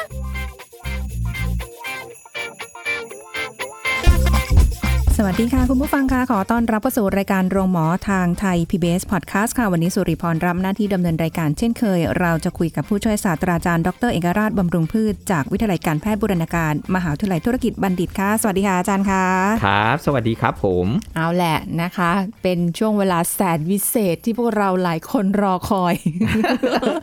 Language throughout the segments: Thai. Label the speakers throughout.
Speaker 1: ล
Speaker 2: สวัสดีค่ะ คุณผู้ฟังค่ะ ขอต้อนรับเข้าสู่รายการโรงหมอทางไทย PBS Podcast ค่ะ วันนี้สุริพรรับหน้าที่ดำเนินรายการเช่นเคย เราจะคุยกับผู้ช่วยศาสตราจารย์ดรเอกราชบำรุงพืช จากวิทยาลัยการแพทย์บูรณาการ มหาวิทยาลัยธุรกิจบัณฑิตค่ะ สวัสดีค่ะอาจารย์ค่ะ
Speaker 3: ครับ สวัสดีครับผม
Speaker 2: เอาแหละนะคะ เป็นช่วงเวลาแสนวิเศษที่พวกเราหลายคนรอคอย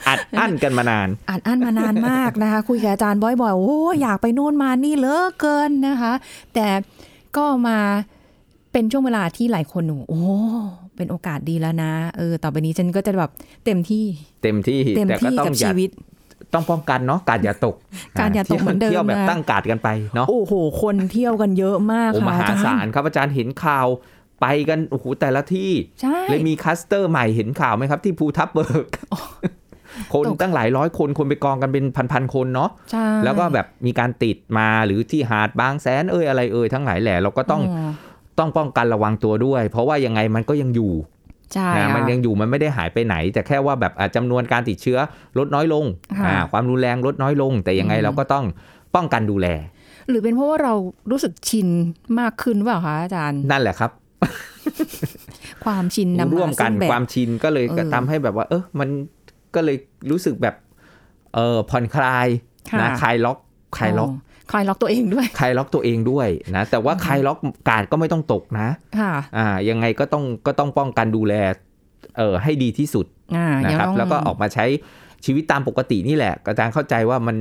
Speaker 3: อัดอั้นกันมานาน
Speaker 2: อ่านอั้นมานานมากนะคะ คุยกับอาจารย์บ่อยๆ โอ้อยากไปโน่นมานี่เหลือเกินนะคะ แต่ก็มาเป็นช่วงเวลาที่หลายคนหนูโอ้เป็นโอกาสดีแล้วนะ เออ ต่อไปนี้ฉันก็จะแบบเต็มที่
Speaker 3: เต็มที่
Speaker 2: เต็ม
Speaker 3: แต่ก็
Speaker 2: ที่
Speaker 3: ต้อง
Speaker 2: กับ
Speaker 3: อย่า
Speaker 2: ชีวิต
Speaker 3: ต้องป้องกันเนาะกาดอย่าตก
Speaker 2: กาดอย่าตก
Speaker 3: ที่ว
Speaker 2: เหมือนเดิม
Speaker 3: เที่ยวแบบ
Speaker 2: นะ
Speaker 3: ตั้งกาดกันไปเนาะ
Speaker 2: โอ้โห คนเที่ยวกันเยอะมาก
Speaker 3: โอ้ม
Speaker 2: ค่ะ
Speaker 3: หา
Speaker 2: อา
Speaker 3: ศา
Speaker 2: จาร รย์
Speaker 3: ครับอาจารย์เห็นข่าวไปกันโอ้โหแต่ละที่
Speaker 2: ใช่
Speaker 3: เลยมีคลัสเตอร์ใหม่เห็นข่าวไหมครับ ที่ภูทับเบิก คนตั้งหลายร้อยคนคนไปกองกันเป็นพันๆคนเนาะ
Speaker 2: ใช่
Speaker 3: แล้วก็แบบมีการติดมาหรือที่หาดบางแสนเอ่ยอะไรเอ่ยทั้งหลายแหล่เราก็ต้องต้องป้องกันระวังตัวด้วย เพราะว่ายังไงมันก็ยังอยู่
Speaker 2: ใช่
Speaker 3: นะ
Speaker 2: ค่ะ
Speaker 3: มันยังอยู่มันไม่ได้หายไปไหน แต่แค่ว่าแบบอ่ะจำนวนการติดเชื้อลดน้อยลง
Speaker 2: ค่ะ
Speaker 3: อ่าความรุนแรงลดน้อยลง แต่ยังไง
Speaker 2: อืม
Speaker 3: เราก็ต้องป้องกันดูแล
Speaker 2: หรือเป็นเพราะว่าเรารู้สึกชินมากขึ้นหรือเปล่าคะอาจารย์
Speaker 3: นั่นแหละครับ
Speaker 2: ความชินนำมา
Speaker 3: ร่วมกัน
Speaker 2: ซึ่งแบบ
Speaker 3: ความชินก็เลย
Speaker 2: เออ
Speaker 3: ก็ทำให้แบบว่า เออมันก็เลยรู้สึกแบบเออผ่อนคลาย
Speaker 2: ค่ะ
Speaker 3: นะคลายล็อกคลายล็อก
Speaker 2: คลายล็อกตัวเองด้วย
Speaker 3: คลายล็อกตัวเองด้วยนะแต่ว่าคลายล็อกกาดก็ไม่ต้องตกนะ
Speaker 2: ค่ะ
Speaker 3: อ่า ยังไงก็ต้องก็ต้องป้องกันดูแลเออให้ดีที่สุด
Speaker 2: อ่า
Speaker 3: นะ
Speaker 2: เดี๋ย
Speaker 3: ครับ
Speaker 2: ต้อง
Speaker 3: แล้วก็ออกมาใช้ชีวิตตามปกตินี่แหละอาจารย์เข้าใจว่ามัน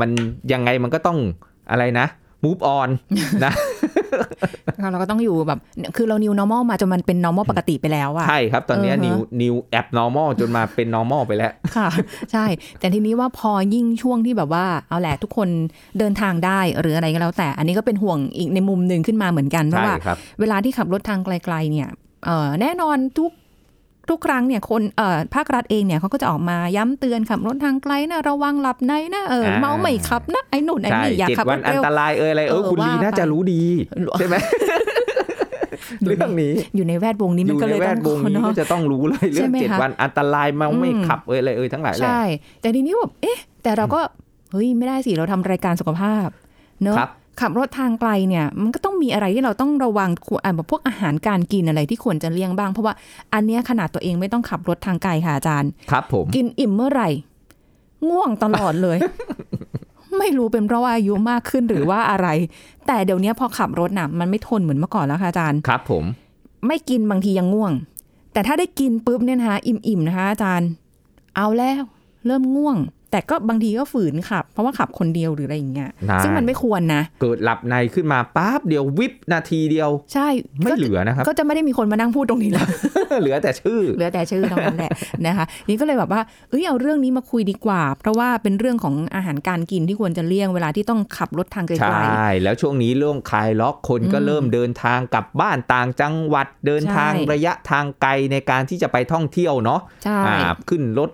Speaker 3: มันยังไงมันก็ต้องอะไรนะ move on นะ
Speaker 2: ค่ะเราก็ต้องอยู่แบบ คือเรา new normal มาจนมันเป็น normal ปกติไป แล้วอะ
Speaker 3: ใช่ครับ ตอนเนี้ย
Speaker 2: เออฮะ
Speaker 3: new new abnormal จนมาเป็น normal ไปแล้ว
Speaker 2: ค่ะ ใช่ แต่ทีนี้ว่าพอยิ่งช่วงที่แบบว่า เอาแหละทุกคนเดินทางได้หรืออะไรก็แล้ว แต่ อันนี้ก็เป็นห่วงอีกในมุมหนึ่งขึ้นมาเหมือนกัน เพ
Speaker 3: ใช่
Speaker 2: ราะว่า
Speaker 3: ครับ
Speaker 2: เวลาที่ขับรถทางไกลๆเนี่ยเอ่อแน่นอนทุกทุกครั้งเนี่ยคนเอ่อภาครัฐเองเนี่ยเขาก็จะออกมาย้ำเตือนขับรถทางไกลนะระวังหลับในนะเออ
Speaker 3: อ่า
Speaker 2: เมาไม่ขับนะไอ้หนุ่นไอ้
Speaker 3: ใช่
Speaker 2: นี่อย่า
Speaker 3: เจ็ด
Speaker 2: ขับร
Speaker 3: วัน
Speaker 2: ถ
Speaker 3: อัน
Speaker 2: เร็ว
Speaker 3: ตรายเอยอะไรเออ
Speaker 2: เออ
Speaker 3: คุณลี
Speaker 2: ว่า
Speaker 3: น่า
Speaker 2: ไป
Speaker 3: จะรู้ดี ใช่ไหม เรื่องนี้
Speaker 2: อยู่ในแวดวงนี้
Speaker 3: อ
Speaker 2: มัน
Speaker 3: ยู่
Speaker 2: ก็
Speaker 3: ใน
Speaker 2: เลย
Speaker 3: แว
Speaker 2: ต้
Speaker 3: ดว
Speaker 2: อง ง
Speaker 3: นี้
Speaker 2: เนาะ
Speaker 3: ก็จะต้องรู้เลยเรื่อ
Speaker 2: ใช่
Speaker 3: ง
Speaker 2: ไหม
Speaker 3: เจ็ด
Speaker 2: คะ
Speaker 3: วันอันตรายเมาไม่
Speaker 2: อืม
Speaker 3: ขับเอยอะไรเอยทั้งหลายแหละ
Speaker 2: ใช่ แต่ทีนี้แบบเอ๊ะ แต่เราก็ เฮ้ย ไม่ได้สิ เราทำรายการสุขภาพ เนอะ
Speaker 3: ครับ
Speaker 2: ขับรถทางไกลเนี่ย มันก็ต้องมีอะไรที่เราต้องระวังควรอ่ะแบบพวกอาหารการกินอะไรที่ควรจะเลี่ยงบ้าง เพราะว่าอันเนี้ยขนาดตัวเองไม่ต้องขับรถทางไกลค่ะอาจารย์
Speaker 3: ครับผม
Speaker 2: กินอิ่มเมื่อไหร่ ง่วงตลอดเลย ไม่รู้เป็นเพราะว่าอายุมากขึ้นหรือว่าอะไร แต่เดี๋ยวเนี้ยพอขับรถน่ะมันไม่ทนเหมือนเมื่อก่อนแล้วค่ะอาจารย์
Speaker 3: ครับผม
Speaker 2: ไม่กินบางทียังง่วง แต่ถ้าได้กินปุ๊บเนี่ยนะคะอิ่มๆนะคะอาจารย์ เอาแล้ว เริ่มง่วง แต่ก็บางทีก็ฝืนขับ เพราะว่าขับคนเดียวหรืออะไรอย่างเงี้ย
Speaker 3: นาน
Speaker 2: ซึ่งมันไม่ควรนะ
Speaker 3: เกิดหลับในขึ้นมาปั๊บเดียววิบนาทีเดียว
Speaker 2: ใช่
Speaker 3: ไม่
Speaker 2: ก็
Speaker 3: เหลือนะครับ
Speaker 2: ก็จะไม่ได้มีคนมานั่งพูดตรงนี้ แล้ว
Speaker 3: เหลือแต่ชื่อ
Speaker 2: เหลือแต่ชื่อเท่านั้นแหละ นะคะนี่ก็เลยแบบว่าเอ้ยเอาเรื่องนี้มาคุยดีกว่า เพราะว่าเป็นเรื่องของอาหารการกินที่ควรจะเลี่ยงเวลาที่ต้องขับรถทางไกล
Speaker 3: ใช่ แล้วช่วงนี้เรื่องคลายล็อกคนก็เริ่มเดินทางกลับบ้านต่างจังหวัดเดินทางระยะทางไกลในการที่จะไปท่องเที่ยวเนาะ
Speaker 2: ๆใช่
Speaker 3: อ่าขึ้นรถ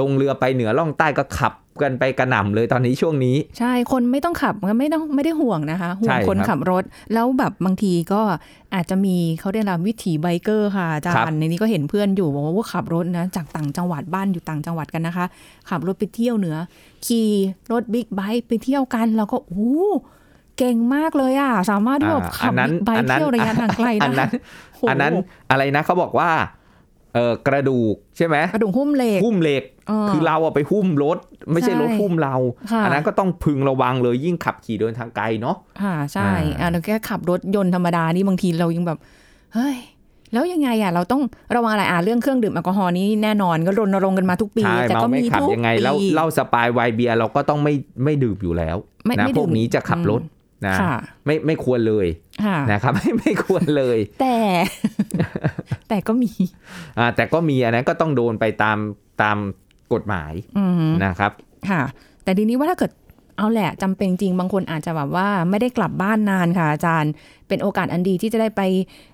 Speaker 3: ลงเรือไปเหนือล่องใต้ก็ขับกันไปกระหน่ำเลยตอนนี้ช่วงนี้
Speaker 2: ใช่คนไม่ต้องขับก็ไม่ต้องไม่ได้ห่วงนะคะห่ว
Speaker 3: ใช่
Speaker 2: งคน
Speaker 3: ครับ
Speaker 2: ขับรถ แล้วแบบบางทีก็อาจจะมีเขาเรียกอะไรวิถีไบเกอร์ค่ะอาจา
Speaker 3: ครับ
Speaker 2: รย์ในนี้ก็เห็นเพื่อนอยู่บอกว่าว่าขับรถนะจากต่างจังหวัดบ้านอยู่ต่างจังหวัดกันนะคะ ขับรถไปเที่ยวเหนือ ขี่รถบิ๊กไบค์ไปเที่ยวกัน แล้วก็โอ้โหเก่งมากเลยอ่ะสามารถที่แบบ
Speaker 3: อ่า
Speaker 2: ขับบิ๊กไบค์เที่ยวระยะทางไกล
Speaker 3: อัน
Speaker 2: ได้
Speaker 3: นั้น
Speaker 2: โโห
Speaker 3: อันนั้นอะไรนะเขาบอกว่าเออกระดูกใช่ไหม
Speaker 2: กระดูกหุ้มเหล็ก
Speaker 3: หุ้มเหล็ก
Speaker 2: เออ
Speaker 3: คือเราอะไปหุ้มรถ ไม่ใช่
Speaker 2: ใช่
Speaker 3: รถหุ้มเรา
Speaker 2: ค่ะ
Speaker 3: อันั้นก็ต้องพึงระวังเลยยิ่งขับขี่เดินทางไกลเนาะ
Speaker 2: ค่ะใช่
Speaker 3: อ่า
Speaker 2: อ่าเราแค่ขับรถยนต์ธรรมดานี่บางทีเรายังแบบ เฮ้ย แล้วยังไงอ่ะ เราต้องระวังอะไรอ่ะเรื่องเครื่องดื่มแอลกอฮอล์นี่แน่นอนก็รณรงค์กันมาทุกปี
Speaker 3: ใช่
Speaker 2: แต่
Speaker 3: เมา
Speaker 2: ก็
Speaker 3: ไม่
Speaker 2: มี
Speaker 3: ขับ
Speaker 2: ทุก
Speaker 3: ยังไง
Speaker 2: ปี
Speaker 3: แล้วเหล้าสปายไวน์เบียร์เราก็ต้องไม่ไม่ดื่มอยู่แล้ว
Speaker 2: ไม่
Speaker 3: นะ
Speaker 2: ไม่
Speaker 3: พ
Speaker 2: ดื่
Speaker 3: ว
Speaker 2: ม
Speaker 3: กนี้จะขับรถนะ
Speaker 2: ค่ะ
Speaker 3: ไม่ไม่ควรเลย
Speaker 2: ค่ะ
Speaker 3: นะครับ ไม่ไม่ควรเลย
Speaker 2: แต่ แต่ก็มี
Speaker 3: อ่าแต่ก็มีอันนั้นก็ต้องโดนไปตามตามกฎหมาย
Speaker 2: อืม
Speaker 3: นะครับ
Speaker 2: ค่ะ แต่ทีนี้ว่าถ้าเกิด เอาแหละจำเป็นจริงบางคนอาจจะแบบว่าไม่ได้กลับบ้านนานค่ะอาจารย์ เป็นโอกาสอันดีที่จะได้ไป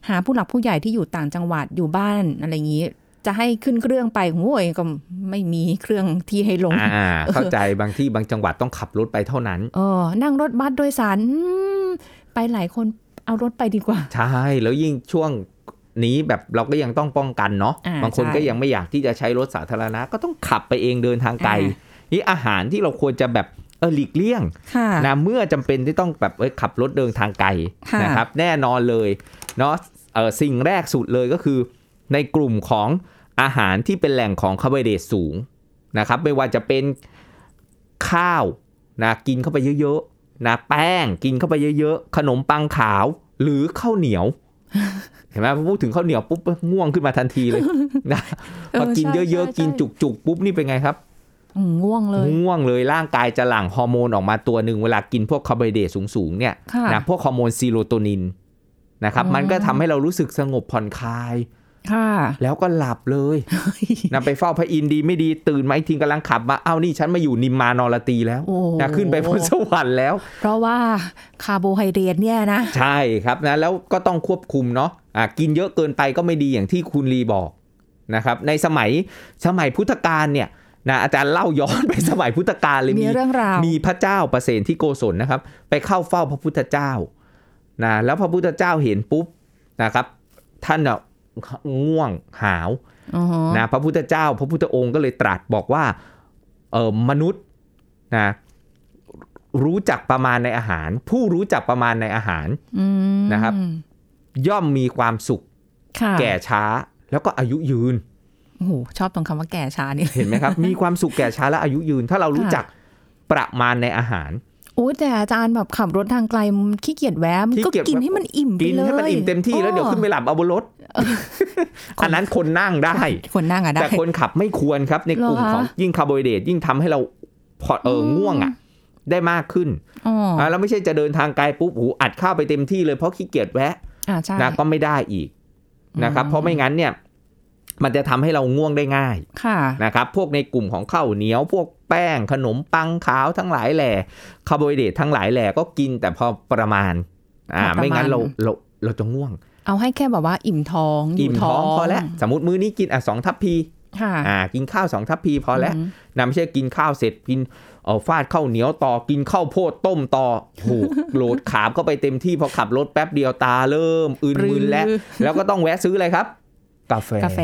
Speaker 2: หาผู้หลักผู้ใหญ่ที่อยู่ต่างจังหวัดอยู่บ้านอะไรอย่างนี้ จะให้ขึ้นเครื่องไปโอ้ยก็ไม่มีเครื่องที่ให้ลง
Speaker 3: อ่า เข้าใจบางที่บางจังหวัดต้องขับรถไปเท่านั้น
Speaker 2: เออนั่งรถบัสโดยสารอืมไปหลายคนเอารถไปดีกว่า
Speaker 3: ใช่ แล้วยิ่งช่วงนี้แบบเราก็ยังต้องป้องกันเนาะ
Speaker 2: อ่า
Speaker 3: บางคน
Speaker 2: ใช่
Speaker 3: ก็ยังไม่อยากที่จะใช้รถสาธารณะ ก็ต้องขับไปเองเดินทางไกล
Speaker 2: อ่
Speaker 3: นี่อาหารที่เราควรจะแบบเออหลีกเลี่ยง
Speaker 2: ค่ะ
Speaker 3: นะเมื่อจำเป็นที่ต้องแบบเอ้ยขับรถเดินทางไกล
Speaker 2: ค่ะ
Speaker 3: นะครับ แน่นอนเลยเนาะเออสิ่งแรกสุดเลยก็คือ ในกลุ่มของอาหารที่เป็นแหล่งของคาร์โบไฮเดรตสูงนะครับ ไม่ว่าจะเป็นข้าวนะกินเข้าไปเยอะๆนะแป้งกินเข้าไปเยอะๆ ขนมปังขาวหรือข้าวเหนียว เห็นไหมพอพูดถึงข้าวเหนียวปุ๊บง่วงขึ้นมาทันทีเลย นะ
Speaker 2: เออ
Speaker 3: พอกิน
Speaker 2: ใช่
Speaker 3: เยอะ
Speaker 2: ใช่
Speaker 3: ๆ กินจุกๆ ปุ๊บนี่เป็นไงครับ
Speaker 2: อืมง่วงเลย
Speaker 3: ง่วงเลยร่างกายจะหลั่งฮอร์โมนออกมาตัวหนึ่งเวลากินพวกคาร์โบไฮเดรตสูงๆเนี่ย
Speaker 2: ค่ะ
Speaker 3: นะพวกฮอร์โมนซีโรโทนินนะครับ
Speaker 2: อืม
Speaker 3: มันก็ทำให้เรารู้สึกสงบผ่อนคลาย
Speaker 2: ค่ะ
Speaker 3: แล้วก็หลับ เลยนะไปเฝ้าพระอินทร์ดีไม่ดีตื่นมาอีกทีกำลังขับมาเอ้านี่ฉันมาอยู่นิมมานอรตีแล้ว
Speaker 2: โอ้
Speaker 3: นะขึ้นไปบนสวรรค์แล้ว
Speaker 2: เพราะว่าคาร์โบไฮเดรตเนี่ยนะ
Speaker 3: ใช่ครับนะแล้วก็ต้องควบคุมเนาะอ่ะกินเยอะเกินไปก็ไม่ดีอย่างที่คุณลีบอกนะครับในสมัยสมัยพุทธกาลเนี่ยนะอาจารย์เล่าย้อนไป สมัยพุทธกาลเลย
Speaker 2: มีเรื่องราว
Speaker 3: มีพระเจ้าประเสนที่โกศลนะครับ ไปเข้าเฝ้าพระพุทธเจ้านะแล้วพระพุทธเจ้าเห็นปุ๊บนะครับ ท่านน่ะง่วงหาว
Speaker 2: อ๋อ
Speaker 3: นะพระพุทธเจ้า พระพุทธองค์ก็เลยตรัสบอกว่าเออมนุษย์นะรู้จักประมาณในอาหาร ผู้รู้จักประมาณในอาหาร
Speaker 2: อืม
Speaker 3: นะครับ ย่อมมีความสุข
Speaker 2: ค่ะ
Speaker 3: แก่ช้า แล้วก็อายุยืน
Speaker 2: โอ้โหชอบตรงคำว่าแก่ช้านี่
Speaker 3: เห็นไหมครับ มีความสุขแก่ช้าและอายุยืน ถ้าเรารู้
Speaker 2: ค่ะ
Speaker 3: จักประมาณในอาหาร
Speaker 2: โอ้ยแต่อาจารย์แบบขับรถทางไกลมันขี้เกียจแวะมันก็
Speaker 3: ขี้เกียจ
Speaker 2: กิน
Speaker 3: แวะ
Speaker 2: ให้มันอิ่มไป
Speaker 3: กิน
Speaker 2: เลย
Speaker 3: ให้มันอิ่มเต็มที่แล้วเดี๋ยวขึ้นไปหลับเอาบนร ถอันนั้นคนนั่งได้
Speaker 2: คนนั่งอะได้
Speaker 3: แต่คนขับไม่ควรครับ ในกลุ่ม
Speaker 2: เหรอคะ
Speaker 3: ของยิ่งคาร์โบไฮเดรตยิ่งทำให้เราพอเอออ
Speaker 2: ม
Speaker 3: ง่วงอ่ะ ได้มากขึ้น
Speaker 2: อ๋อ
Speaker 3: อ่ะแล้วไม่ใช่จะเดินทางไกลปุ๊บหูอัดข้าวไปเต็มที่เลยเพราะขี้เกียจแวะ
Speaker 2: อ่าใช่
Speaker 3: นะก็ไม่ได้อีกนะครับ
Speaker 2: อืม
Speaker 3: เพราะไม่งั้นเนี่ย มันจะทำให้เราง่วงได้ง่าย
Speaker 2: ค่ะ
Speaker 3: นะครับพวกในกลุ่มของข้าวเหนียว พวกแป้งขนมปังขาวทั้งหลายแหล่คาร์โบไฮเดรตทั้งหลายแหล่ก็กินแต่พอประมาณอ่า
Speaker 2: พอประมาณ
Speaker 3: ไม่งั้นเราเราเราจะง่วง
Speaker 2: เอาให้แค่แบบว่าอิ่มท้องยู่
Speaker 3: อิ่มท้องพอแล้วสมมติมื้อนี้กินอ่ะสองทัพพี
Speaker 2: ค่ะ
Speaker 3: อ่ากินข้าวสองทัพพีพอแล้ว
Speaker 2: ม
Speaker 3: นะไม่ใช่กินข้าวเสร็จกินเอาฟาดข้าวเหนียวต่อกินข้าวโพดต้มต่อถูก โห ลดขาบเข้าไปเต็มที่พอขับรถแป๊บเดียวตาเริ่มอืนมึน แล้ว
Speaker 2: ปรือ
Speaker 3: แล้วก็ต้องแวะซื้ออะไรครับ กาแฟ
Speaker 2: กาแฟ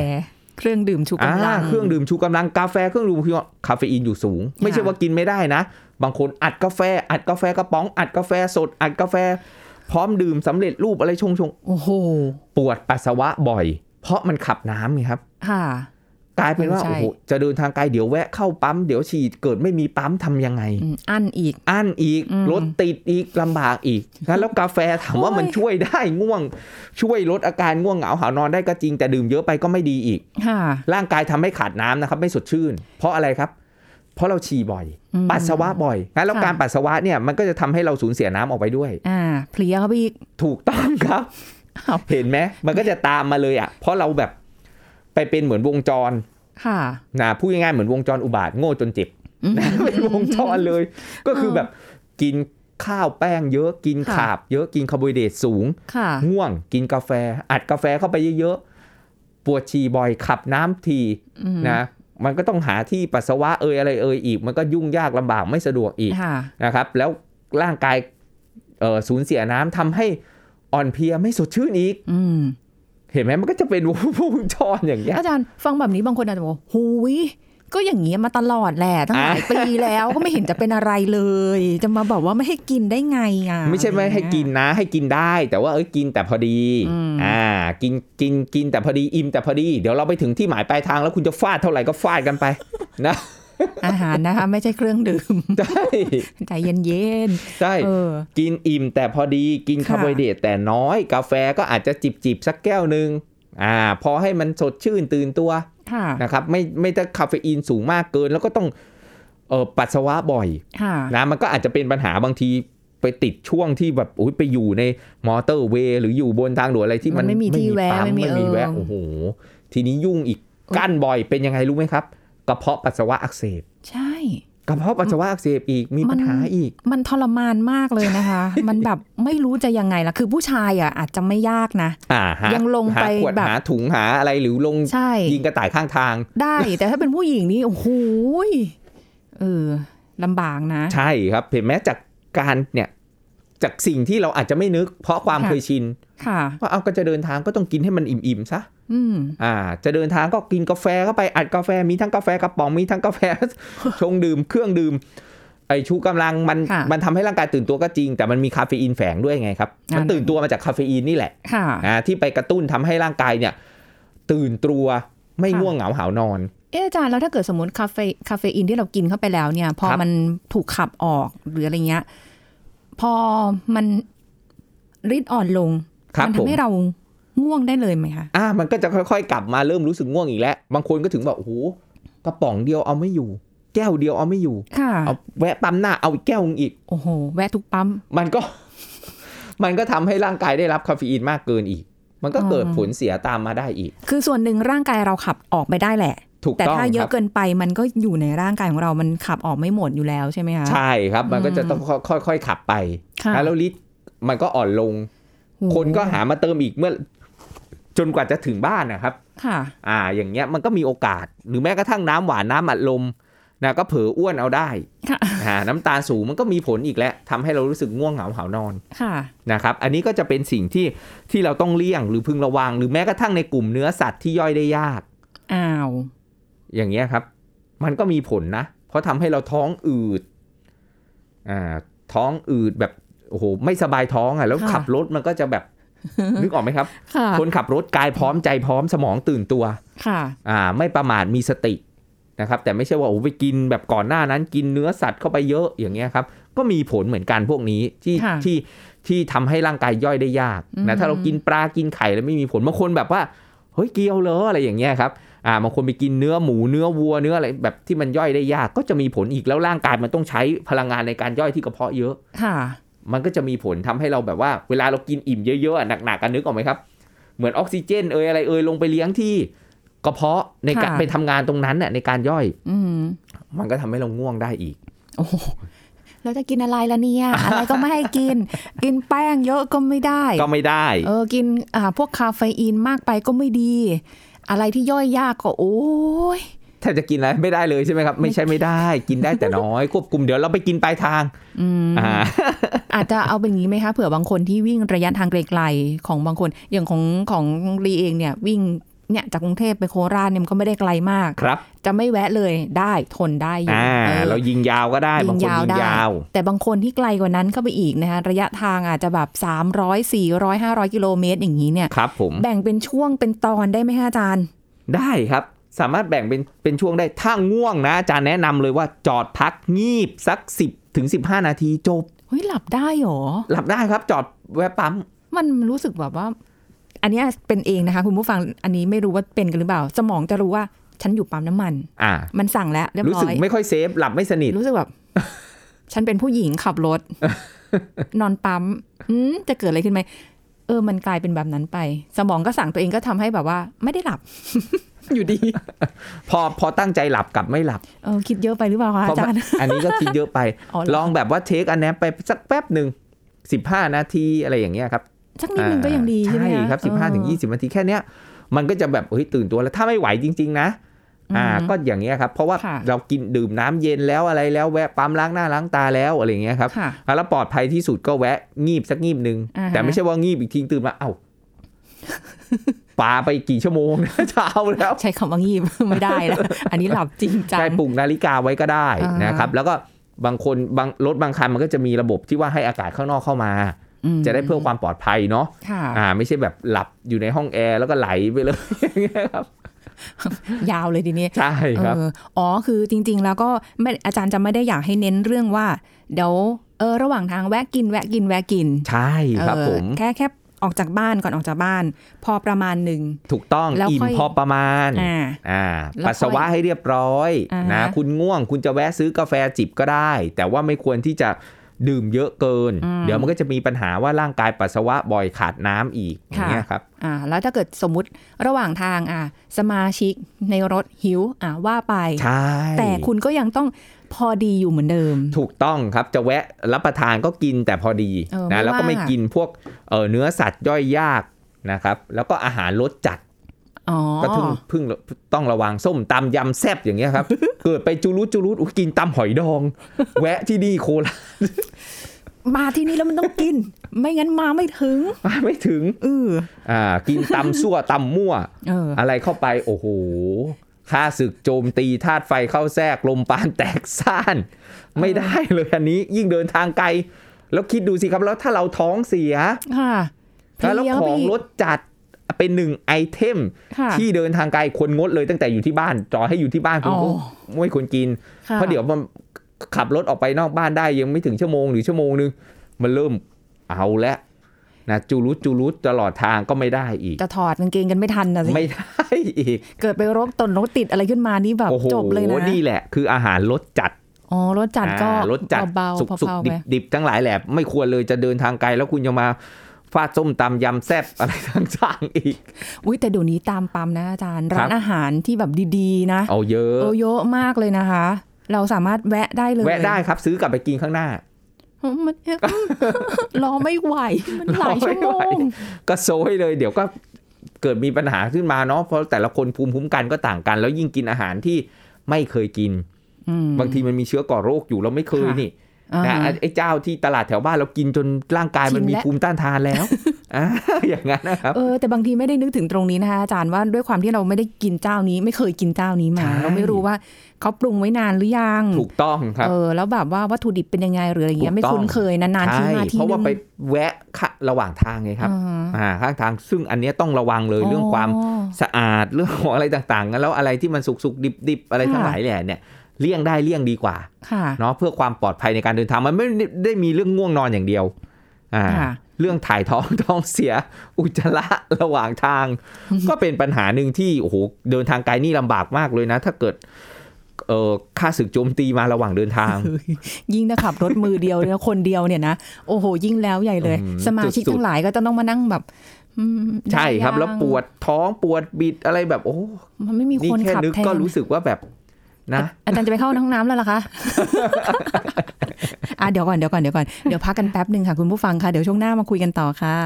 Speaker 2: เครื่องดื่มชูกำลัง
Speaker 3: อ่าเครื่องดื่มชูกำลังกาแฟเครื่องดื่มชูกำลังคาเฟอีนอยู่สูง ไม่ใช่ว่ากินไม่ได้นะ บางคนอัดกาแฟ อัดกาแฟกระป๋อง อัดกาแฟสด อัดกาแฟ พร้อมดื่มสำเร็จรูปอะไรชงชง
Speaker 2: โอ้โห
Speaker 3: ปวดปัสสาวะบ่อย เพราะมันขับน้ำไงครับ
Speaker 2: ค่ะ
Speaker 3: กลายเป็นว่า
Speaker 2: ใช่
Speaker 3: โอ้โหจะเดินทางไกลเดี๋ยวแวะเข้าปั๊มเดี๋ยวฉีดเกิดไม่มีปั๊มทำยังไง
Speaker 2: อืมอั้นอีก
Speaker 3: อั้นอีก
Speaker 2: อืม
Speaker 3: รถติดอีกลำบากอีกนะแล้วกาแฟถามว่า
Speaker 2: โอ้ย
Speaker 3: มันช่วยได้ง่วง ช่วยลดอาการง่วงเหงาหานอนได้ก็จริงแต่ดื่มเยอะไปก็ไม่ดีอีก
Speaker 2: ค่ะ
Speaker 3: ร่างกายทำให้ขาดน้ำนะครับ ไม่สดชื่น เพราะอะไรครับ เพราะเราฉี่บ่อย
Speaker 2: อืม
Speaker 3: ปัสสาวะบ่อยงั้นแล้ว
Speaker 2: ค่ะ
Speaker 3: การปัสสาวะเนี่ยมันก็จะทำให้เราสูญเสียน้ำออกไปด้วย
Speaker 2: อ่าเพลียเข้าไปอีก
Speaker 3: ถูกต้องครับ
Speaker 2: อ้าว
Speaker 3: เห็นไหมมันก็จะตามมาเลยอ่ะ เพราะเราแบบไปเป็นเหมือนวงจร
Speaker 2: ค่ะ
Speaker 3: นะพูดง่ายๆเหมือนวงจรอุบาทโง่จนเจ็บนะ เป็นวงจร เลย ก็คือแบบกินข้าวแป้งเยอะกิน
Speaker 2: ค่ะ
Speaker 3: ขาบ เยอะกินคาร์โบไฮเดรตสูง
Speaker 2: ค่ะ
Speaker 3: ง่วงกินกาแฟ อัดกาแฟเข้าไปเยอะๆ ปวดฉี่บ่อยขับน้ำที
Speaker 2: อืม
Speaker 3: นะมันก็ต้องหาที่ปัสสาวะเอยอะไรเอยอีก มันก็ยุ่งยากลำบากไม่สะดวกอีก
Speaker 2: ค่ะ
Speaker 3: นะครับ แล้วร่างกายเอ่อสูญเสียน้ำทำให้อ่อนเพลียไม่สดชื่นอีก
Speaker 2: อืม
Speaker 3: เห็นไหมมันก็จะเป็นว งจรอย่างเงี้ย
Speaker 2: อาจารย์ฟังแบบนี้บางคนอาจจะบอกว่าหูย ก็อย่างเงี้ยมาตลอดแหละตั้งหลาย
Speaker 3: อ่ะ
Speaker 2: ปีแล้วก็ไม่เห็นจะเป็นอะไรเลย จะมาบอกว่าไม่ให้กินได้ไงอ่ะ
Speaker 3: ไม่ใช่ไม่ให้กินนะ ให้กินได้ แต่ว่าเอ้ยกินแต่พอดี
Speaker 2: อืม
Speaker 3: กินกินกินแต่พอดีอิ่มแต่พอดี เดี๋ยวเราไปถึงที่หมายปลายทางแล้วคุณจะฟาดเท่าไหร่ก็ฟาดกันไป นะ
Speaker 2: อาหารนะคะ ไม่ใช่เครื่องดื่ม
Speaker 3: ใช่
Speaker 2: ใจเย็น
Speaker 3: ใช่
Speaker 2: ๆเออ
Speaker 3: กินอิ่มแต่พอดีกิน
Speaker 2: ค่ะ
Speaker 3: คาร์โบไฮเดรตแต่น้อย กาแฟก็อาจจะจิบจิบๆสักแก้วหนึ่งอ่าพอให้มันสดชื่นตื่นตัว
Speaker 2: ค่ะ
Speaker 3: นะครับไม่ไม่ถ้าคาเฟอีนสูงมากเกิน แล้วก็ต้องเออปัสสาวะบ่อย
Speaker 2: ค่ะ
Speaker 3: นะมันก็อาจจะเป็นปัญหาบางทีไปติดช่วงที่แบบอุ๊ยไปอยู่ในมอเตอร์เวย์หรืออยู่บนทางด่วนอะไรที่มั
Speaker 2: มั
Speaker 3: น
Speaker 2: นไม่มีที่แวะ
Speaker 3: ปั๊
Speaker 2: ไม่มี
Speaker 3: ไม่มีแวะ
Speaker 2: เออ
Speaker 3: โอ้โหทีนี้ยุ่งอีกกั้นบ่อยเป็นยังไงรู้ไหมครับกระเพาะปัสสาวะอักเสบ
Speaker 2: ใช่
Speaker 3: กระเพาะปัสสาวะอักเสบอีกมีปัญหาอีก
Speaker 2: มันทรมานมากเลย นะคะ มันแบบไม่รู้จะยังไงล่ะ คือผู้ชายอ่ะอาจจะไม่ยากนะ
Speaker 3: อ่าฮะ
Speaker 2: ยังลง
Speaker 3: หา
Speaker 2: ไป
Speaker 3: ขวด
Speaker 2: แบบ
Speaker 3: หาถุงหาอะไรหรือลง
Speaker 2: ใช่
Speaker 3: ยิงกระต่ายข้างทาง
Speaker 2: ได้ แต่ถ้าเป็นผู้หญิงนี่ โอ้โหยเออลำบากนะ
Speaker 3: ใช่ครับเห็นไหมจากการเนี่ยจากสิ่งที่เราอาจจะไม่นึก เพราะความ
Speaker 2: ค่ะ
Speaker 3: เคยชิน
Speaker 2: ค่ะ
Speaker 3: ว่าเอาก็จะเดินทางก็ต้องกินให้มันอิ่มๆซะ
Speaker 2: อืม
Speaker 3: อ่า จะเดินทางก็กินกาแฟเข้าไปอัดกาแฟมีทั้งกาแฟกระป๋องมีทั้งกาแฟ ชงดื่มเครื่องดื่ม ไอชูกำลังมัน
Speaker 2: ค่ะ
Speaker 3: มันทำให้ร่างกายตื่นตัวก็จริง แต่มันมีคาเฟอีนแฝงด้วยไงครับมัน
Speaker 2: อ่า
Speaker 3: ตื่นตัวมาจากคาเฟอีนนี่แหละ
Speaker 2: ค่ะ
Speaker 3: อ่าที่ไปกระตุ้นทำให้ร่างกายเนี่ย ตื่นตัวไม่
Speaker 2: ค่ะ
Speaker 3: ง่วงเหงาหาวนอน
Speaker 2: เอออาจารย์แล้วถ้าเกิดสมมติคาเฟคาเฟอีนที่เรากินเข้าไปแล้วเนี่ย พอ
Speaker 3: ครับ
Speaker 2: มันถูกขับออกหรืออะไรเงี้ย พอมันริดอ่อนลง
Speaker 3: ครับ
Speaker 2: มั
Speaker 3: ผม
Speaker 2: ทำให้เราง่วงได้เลยไหมคะ
Speaker 3: อ่ะมันก็จะค่อยๆ กลับมาเริ่มรู้สึกง่วงอีกแล้ว บางคนก็ถึงแบบโอ้โหกระป๋องเดียวเอาไม่อยู่ แก้วเดียวเอาไม่อยู่
Speaker 2: ค่ะ
Speaker 3: เอาแวะปั๊มหน้าเอาอีกแก้วนึงอีก
Speaker 2: โอ้โห แวะทุกปั๊ม
Speaker 3: มันก็ มันก็ทำให้ร่างกายได้รับคาเฟอีนมากเกินอีก มันก็เกิด
Speaker 2: อ๋อ
Speaker 3: ผลเสียตามมาได้อีก
Speaker 2: คือส่วนหนึ่งร่างกายเราขับออกไปได้แหละ
Speaker 3: ถูก
Speaker 2: แต่
Speaker 3: ต้อง
Speaker 2: ถ้าเย
Speaker 3: ค
Speaker 2: อะ
Speaker 3: รับ
Speaker 2: เกินไปมันก็อยู่ในร่างกายของเรา มันขับออกไม่หมดอยู่แล้วใช่ไหมคะ
Speaker 3: ใช่ครับ มันก็จะต้องค่อยๆขับไป
Speaker 2: ค่ะ
Speaker 3: แล้วลิตรมันก็อ่อนลง
Speaker 2: โอ้โห
Speaker 3: คนก็หามาเติมอีกเมื่อ จนกว่าจะถึงบ้านนะครับ
Speaker 2: ค่ะ
Speaker 3: อ่า อย่างเงี้ยมันก็มีโอกาส หรือแม้กระทั่งน้ำหวานน้ำอัดลมนะก็เผลออ้วนเอาได้
Speaker 2: ค่ะ
Speaker 3: อ่าน้ำตาลสูงมันก็มีผลอีกแล้วทำให้เรารู้สึกง่วงเหงาหาวนอน
Speaker 2: ค่ะ
Speaker 3: นะครับ อันนี้ก็จะเป็นสิ่งที่ที่เราต้องเลี่ยงหรือพึงระวัง หรือแม้กระทั่งในกลุ่มเนื้อสัตว์ที่ย่อยได้ยาก
Speaker 2: อ้าว
Speaker 3: อย่างเงี้ยครับ มันก็มีผลนะ เพราะทำให้เราท้องอืดอ่าท้องอืดแบบโอ้โหไม่สบายท้องอ่ะแล้ว
Speaker 2: ค่ะ
Speaker 3: ขับรถมันก็จะแบบ นึกออกไหมครับ
Speaker 2: ค่ะ
Speaker 3: คนขับรถกายพร้อมใจพร้อมสมองตื่นตัว
Speaker 2: ค่ะ
Speaker 3: อ่าไม่ประมาทมีสตินะครับ แต่ไม่ใช่ว่าโอ้ไปกินแบบก่อนหน้านั้นกินเนื้อสัตว์เข้าไปเยอะอย่างเงี้ยครับ ก็มีผลเหมือนกันพวกนี้ที่
Speaker 2: ค่ะ
Speaker 3: ที่ที่ทำให้ร่างกายย่อยได้ยากนะ
Speaker 2: อืม
Speaker 3: ถ้าเรากินปลากินไข่แล้วไม่มีผลบางคนแบบว่าเฮ้ยเกลียวเหรออะไรอย่างเงี้ยครับอ่าบางคนไปกินเนื้อหมูเนื้อวัวเนื้ออะไรแบบที่มันย่อยได้ยาก ก็จะมีผลอีกแล้วร่างกายมันต้องใช้พลังงานในการย่อยที่กระเพาะเยอะ
Speaker 2: ค่ะ
Speaker 3: มันก็จะมีผลทำให้เราแบบว่า เวลาเรากินอิ่มเยอะๆอะหนักๆกันนึกออกไหมครับ เหมือนออกซิเจนเอยอะไรเอยลงไปเลี้ยงที่กระเพาะในการ
Speaker 2: ค่ะ
Speaker 3: ไปทำงานตรงนั้นน่ะในการย่อย
Speaker 2: อืม
Speaker 3: มันก็ทำให้เราง่วงได้อีก
Speaker 2: โอ้โหเราจะกินอะไรล่ะเนี่ย อะไรก็ไม่ให้กิน กินแป้งเยอะก็ไม่ได้
Speaker 3: ก็ไม่ได้
Speaker 2: เออ กินอ่าพวกคาเฟอีนมากไปก็ไม่ดี อะไรที่ย่อยยากก็โอ้ย
Speaker 3: ถ้าจะกินอะไรไม่ได้เลยใช่ไหมครับ ไม่ใช่ไม่ได้ กินได้แต่น้อย ควบคุมเดี๋ยวเราไปกินปลายทาง
Speaker 2: อืม
Speaker 3: อ่า
Speaker 2: อาจจะเอาเป็นอย่างนี้ไหมคะเผื่อบางคนที่วิ่งระยะทางไกลๆของบางคนอย่างของของรีเองเนี่ยวิ่งเนี่ยจากกรุงเทพไปโคราชเนี่ยมันก็ไม่ได้ไกลมาก
Speaker 3: ครับ
Speaker 2: จะไม่แวะเลยได้ทนได้อยู่
Speaker 3: อ่า
Speaker 2: ออ
Speaker 3: เรายิงยาวก็ได้
Speaker 2: ยิง
Speaker 3: บางคน
Speaker 2: ยาว
Speaker 3: ยิง
Speaker 2: ได้
Speaker 3: ยาว
Speaker 2: แต่บางคนที่ไกลกว่านั้นเข้าไปอีกนะคะระยะทางอาจจะแบบ 300 400 500 กิโลเมตรอย่างนี้เนี่ย
Speaker 3: ครับผม
Speaker 2: แบ่งเป็นช่วงเป็นตอนได้ไหมคะอาจารย์
Speaker 3: ได้ครับ สามารถแบ่งเป็นเป็นช่วงได้ถ้าง่วงนะอาจารย์แนะนำเลยว่าจอดพักงีบสัก 10ถึง15 นาทีจบ
Speaker 2: เฮ้ย หลับได้เหรอ
Speaker 3: หลับได้ครับจอดแวะปั๊ม
Speaker 2: มันรู้สึกแบบว่า อันเนี้ยเป็นเองนะคะ คุณผู้ฟังอันนี้ไม่รู้ว่าเป็นกันหรือเปล่า สมองจะรู้ว่าฉันอยู่ปั๊มน้ำมัน
Speaker 3: อ่า
Speaker 2: มันสั่งแล้วเรียบร้อย
Speaker 3: รู้สึกไม่ค่อยเซฟ หลับไม่สนิท
Speaker 2: รู้สึกแบบ ฉันเป็นผู้หญิงขับ รถ นอนปั๊มอืมจะเกิดอะไรขึ้นไหมเออ มันกลายเป็นแบบนั้นไป สมองก็สั่งตัวเองก็ทำให้แบบว่า ไม่ได้หลับ อยู่ดี
Speaker 3: พอพอตั้งใจหลับกลับไม่หลับ
Speaker 2: เออคิดเยอะไปหรือเปล่าคะ
Speaker 3: เพราะ
Speaker 2: อาจารย์
Speaker 3: อันนี้ก็คิดเยอะไป
Speaker 2: อ๋อเหรอ
Speaker 3: ลองแบบว่าเทคอันแนปไปสักแป๊บหนึ่ง15 นาทีอะไรอย่างเงี้ยครับ
Speaker 2: สักนิดนึงก็ยังดี
Speaker 3: อ่า
Speaker 2: ใช่ไหมะ
Speaker 3: ครับ 15ถึง
Speaker 2: เออ
Speaker 3: 20 นาทีแค่เนี้ยมันก็จะแบบเฮ้ยตื่นตัวแล้วถ้าไม่ไหวจริง ๆ นะ อ่า
Speaker 2: อือหือ
Speaker 3: ก็อย่างเงี้ยครับ เพราะว่า
Speaker 2: ค่ะ
Speaker 3: เรากินดื่มน้ำเย็นแล้วอะไรแล้วแวะปั๊มล้างหน้าล้างตาแล้วอะไรอย่างเงี้ยครับ
Speaker 2: ค่ะ
Speaker 3: อ่ะแล้วปลอดภัยที่สุดก็แวะงีบสักงีบหนึ่ง
Speaker 2: อ่าฮะ
Speaker 3: แต่ไม่ใช่ว่างีบอีกทีตื่นมา เอ้าปาไปกี่ชั่วโมง นะเช้าแล้ว
Speaker 2: ใช้คำว่างีบ ไม่ได้แล้ว อันนี้หลับจริง จั
Speaker 3: ใช่
Speaker 2: ง
Speaker 3: ปลุกนาฬิกาไว้ก็ได้
Speaker 2: อ่าน
Speaker 3: นะครับ แล้วก็บางคนบางรถบางคันมันก็จะมีระบบที่ว่าให้อากาศข้างนอกเข้ามา
Speaker 2: อืม
Speaker 3: จะได้เพื่อความปลอดภัยเนาะ
Speaker 2: ค่ะ
Speaker 3: อ่า ไม่ใช่แบบหลับอยู่ในห้องแอร์แล้วก็ไหลไปเลย อย่างเงี้ยครับ
Speaker 2: ยาวเลยทีนี้
Speaker 3: ใช่ครับ
Speaker 2: เอออ๋อ คือจริง ๆ แล้วก็ไม่อาจารย์จะไม่ได้อยากให้เน้นเรื่องว่า เดี๋ยวเออระหว่างทางแวะกินแวะกินแวะกิน
Speaker 3: ใช่ครับ
Speaker 2: เออ
Speaker 3: ผม
Speaker 2: แค่แค่ออกจากบ้านก่อนออกจากบ้าน พอประมาณหนึ่ง
Speaker 3: ถูกต้อง
Speaker 2: แล้ว
Speaker 3: อิ่ม
Speaker 2: ค่อย
Speaker 3: พอประมาณ
Speaker 2: อ่า
Speaker 3: อ่า
Speaker 2: แล้ว
Speaker 3: ปัสสาวะให้เรียบร้อย
Speaker 2: อ่าฮะ
Speaker 3: นะคุณง่วงคุณจะแวะซื้อกาแฟจิบก็ได้ แต่ว่าไม่ควรที่จะดื่มเยอะเกิน เดี๋ยวมันก็จะมีปัญหาว่าร่างกายปัสสาวะบ่อยขาดน้ำอีกอย่างเงี้ยครับ
Speaker 2: อ่า แล้วถ้าเกิดสมมติระหว่างทางอ่าสมาชิกในรถหิวอ่าว่าไป
Speaker 3: ใช่
Speaker 2: แต่คุณก็ยังต้อง พอดีอยู่เหมือนเดิม
Speaker 3: ถูกต้องครับจะแวะรับประทานก็กินแต่พอดี
Speaker 2: เออไม่
Speaker 3: นะแล้วก็ไม่
Speaker 2: มาก
Speaker 3: กินพวกเอ่อเนื้อสัตว์ย่อยยากนะครับ แล้วก็อาหารรสจัด
Speaker 2: อ๋อ
Speaker 3: ก็ถึงเพึ่งต้องระวังส้มตำยำแซ่บอย่างเงี้ยครับ เกิดไปจูรุจูรุอุ๊ยกินตำหอยดอง แวะที่นี่โคราช
Speaker 2: มาที่นี่แล้วมันต้องกิน ไม่งั้นมาไม่ถึง
Speaker 3: มาไม่ถึง
Speaker 2: เออ
Speaker 3: อ่ากินตำซั่วตำมั่ว
Speaker 2: เออ
Speaker 3: อะไรเข้าไปโอ้โหค่าศึกโจมตีธาตุไฟเข้าแทรกลมปานแตกซ่าน ไม่ได้เลยอันนี้ยิ่งเดินทางไกล แล้วคิดดูสิครับแล้วถ้าเราท้องเสีย
Speaker 2: ค่ะ
Speaker 3: แล้วแล้ว
Speaker 2: เพ
Speaker 3: ข
Speaker 2: ลีย
Speaker 3: อง
Speaker 2: เข้าไปอีก
Speaker 3: รถจัดเป็นหนึ่งไอเทม
Speaker 2: ค่ะ
Speaker 3: ที่เดินทางไกลควรงดเลยตั้งแต่อยู่ที่บ้านต่อให้อยู่ที่บ้านคุณ
Speaker 2: อ๋อ
Speaker 3: ก็ไม่ควรกิน
Speaker 2: ค่
Speaker 3: เพราะเดี๋ยวมันขับรถออกไปนอกบ้านได้ยังไม่ถึงชั่วโมงหรือชั่วโมงนึงมันเริ่มเอาและนะจูรุดจูรุดตลอดทางก็ไม่ได้อีก
Speaker 2: จะถอดกางเกงกันไม่ทันนะสิ
Speaker 3: ไม่ได้อีก
Speaker 2: เกิดไปรถตนรถติดอะไรขึ้นมานี่แบบ
Speaker 3: โอ้โห
Speaker 2: จบเลยนะ
Speaker 3: นี่แหละ คืออาหารรสจัด
Speaker 2: อ๋อรถจัดก็
Speaker 3: อ่ารสจัด
Speaker 2: เบา
Speaker 3: สุก
Speaker 2: ๆ
Speaker 3: สุก
Speaker 2: เบาๆ
Speaker 3: ดิ
Speaker 2: ไป
Speaker 3: บดิบทั้งหลายแหละไม่ควรเลยจะเดินทางไกล แล้วคุณจะมาฟาดส้มตำยำแซ่บ อะไรต่างๆอีก
Speaker 2: อุ้ยแต่เดี๋ยวนี้ตามปั๊มนะอาจารย์
Speaker 3: ครับ
Speaker 2: ร้านอาหารที่แบบดีๆ นะ
Speaker 3: เอาเยอะ
Speaker 2: เออเยอะมากเลยนะคะ เราสามารถแวะได้เลย
Speaker 3: แวะได้ครับ ซื้อกลับไปกินข้างหน้า
Speaker 2: เออมัน รอไม่ไหว มันหลายชั่วโม
Speaker 3: รอไม่
Speaker 2: ง
Speaker 3: ไหว ก็โซยเลย เดี๋ยวก็เกิดมีปัญหาขึ้นมาเนาะเพราะแต่ละคนภูมิคุ้มกันก็ต่างกัน แล้วยิ่งกินอาหารที่ไม่เคยกิน
Speaker 2: อืม
Speaker 3: บางทีมันมีเชื้อก่อโรคอยู่เราไม่เคย
Speaker 2: ค่ะ
Speaker 3: นี่
Speaker 2: อ่า
Speaker 3: นะ
Speaker 2: ฮะ
Speaker 3: ไอ้เจ้าที่ตลาดแถวบ้านเรากินจนร่างกายมันมี
Speaker 2: ชินแล้ว
Speaker 3: ภูมิต้านทาน แล้วอ่าอย่างนั้นนะครับ
Speaker 2: เออแต่บางทีไม่ได้นึกถึงตรงนี้นะคะอาจารย์ว่าด้วยความที่เราไม่ได้กินเจ้านี้ ไม่เคยกินเจ้านี้มา
Speaker 3: ใช่
Speaker 2: เราไม่รู้ว่าเขาปรุงไว้นานหรือยัง
Speaker 3: ถูกต้องครับ
Speaker 2: เออแล้วแบบว่าวัตถุดิบเป็นยังไงหรืออะไรเงี้ย
Speaker 3: ถูก
Speaker 2: ไม่
Speaker 3: ต้อง
Speaker 2: คุ้นเคยนานๆที
Speaker 3: ใช่
Speaker 2: มาที
Speaker 3: เพราะ
Speaker 2: นึ
Speaker 3: ว่าง ไปแวะขะระหว่างทางไงครับ
Speaker 2: อ่าฮะ
Speaker 3: อ่าข้างทางซึ่งอันเนี้ยต้องระวังเลยเรื่องความ
Speaker 2: อ๋อ
Speaker 3: สะอาดเรื่องของอะไรต่างๆ แล้วอะไรที่มันสุกๆดิบๆอะไร
Speaker 2: ค่ะ
Speaker 3: ทั้งหลายแหล่เนี่ยเลี่ยงได้เลี่ยงดีกว่า
Speaker 2: ค่ะ
Speaker 3: เนาะเพื่อความปลอดภัยในการเดินทางมันไม่ได้มีเรื่องง่วงนอนอย่างเดียวอ่า
Speaker 2: ค่ะ
Speaker 3: เรื่องถ่ายท้อง ท้องเสีย อุจจาระระหว่างทาง ก็เป็นปัญหาหนึ่งที่โอ้โหเดินทางไกลนี่ลำบากมากเลยนะ ถ้าเกิดเอ่อค่าศึกโจมตีมาระหว่างเดินทาง
Speaker 2: ยิ่งถ้าขับรถมือเดียวเนี่ยคนเดียวเนี่ยนะโอ้โห ยิ่งแล้วใหญ่เลย
Speaker 3: อืม
Speaker 2: สมาชิก
Speaker 3: สุดๆ
Speaker 2: ทั้งหลายก็จะต้องมานั่งแบบอืม
Speaker 3: ใช่ครับ
Speaker 2: ได้ยัง
Speaker 3: แล้วปวดท้องปวดบิดอะไรแบบโอ้
Speaker 2: มันไม่มี
Speaker 3: นี่
Speaker 2: คน
Speaker 3: แค่
Speaker 2: ขับ
Speaker 3: นึก
Speaker 2: แทน
Speaker 3: ก็รู้สึกว่าแบบนะ
Speaker 2: อาจารย์จะไปเข้าห้องน้ำแล้วล่ะคะ อ่ะเดี๋ยวก่อนเดี๋ยวก่อนเดี๋ยวก่อนเดี๋ยวพักกันแป๊บหนึ่งค่ะคุณผู้ฟังค่ะเดี๋ยวช่วงหน้ามาคุยกันต่อค่ะ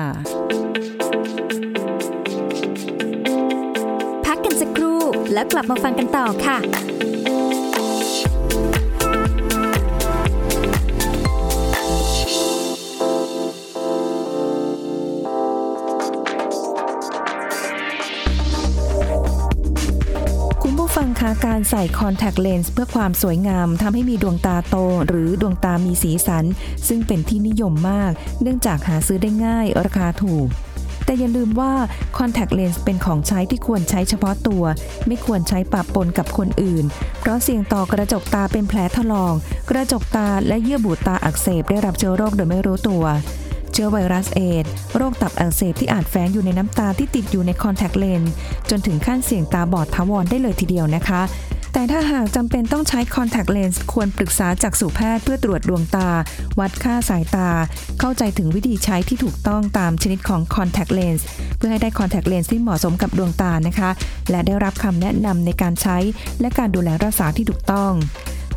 Speaker 1: พักกันสักครู่แล้วกลับมาฟังกันต่อค่ะ
Speaker 2: คุณผู้ฟังคะการใส่คอนแทคเลนส์เพื่อความสวยงามทำให้มีดวงตาโต หรือดวงตามีสีสัน ซึ่งเป็นที่นิยมมาก เนื่องจากหาซื้อได้ง่ายราคาถูก แต่อย่าลืมว่าคอนแทคเลนส์เป็นของใช้ที่ควรใช้เฉพาะตัว ไม่ควรใช้ปะปนกับคนอื่น เพราะเสี่ยงต่อกระจกตาเป็นแผลถลอก กระจกตาและเยื่อบุตาอักเสบได้รับเชื้อโรคโดยไม่รู้ตัว เชื้อไวรัสเอดส์โรคตับอักเสบที่อาจแฝงอยู่ในน้ำตาที่ติดอยู่ในคอนแทคเลนส์จนถึงขั้นเสี่ยงตาบอดทวรได้เลยทีเดียวนะคะ แต่ถ้าหากจำเป็นต้องใช้คอนแทคเลนส์ควรปรึกษาจากสูแพทย์เพื่อตรวจดวงตา วัดค่าสายตา เข้าใจถึงวิธีใช้ที่ถูกต้องตามชนิดของคอนแทคเลนส์เพื่อให้ได้คอนแทคเลนส์ที่เหมาะสมกับดวงตานะคะ และได้รับคำแนะนำในการใช้ และการดูแลรักษาที่ถูกต้อง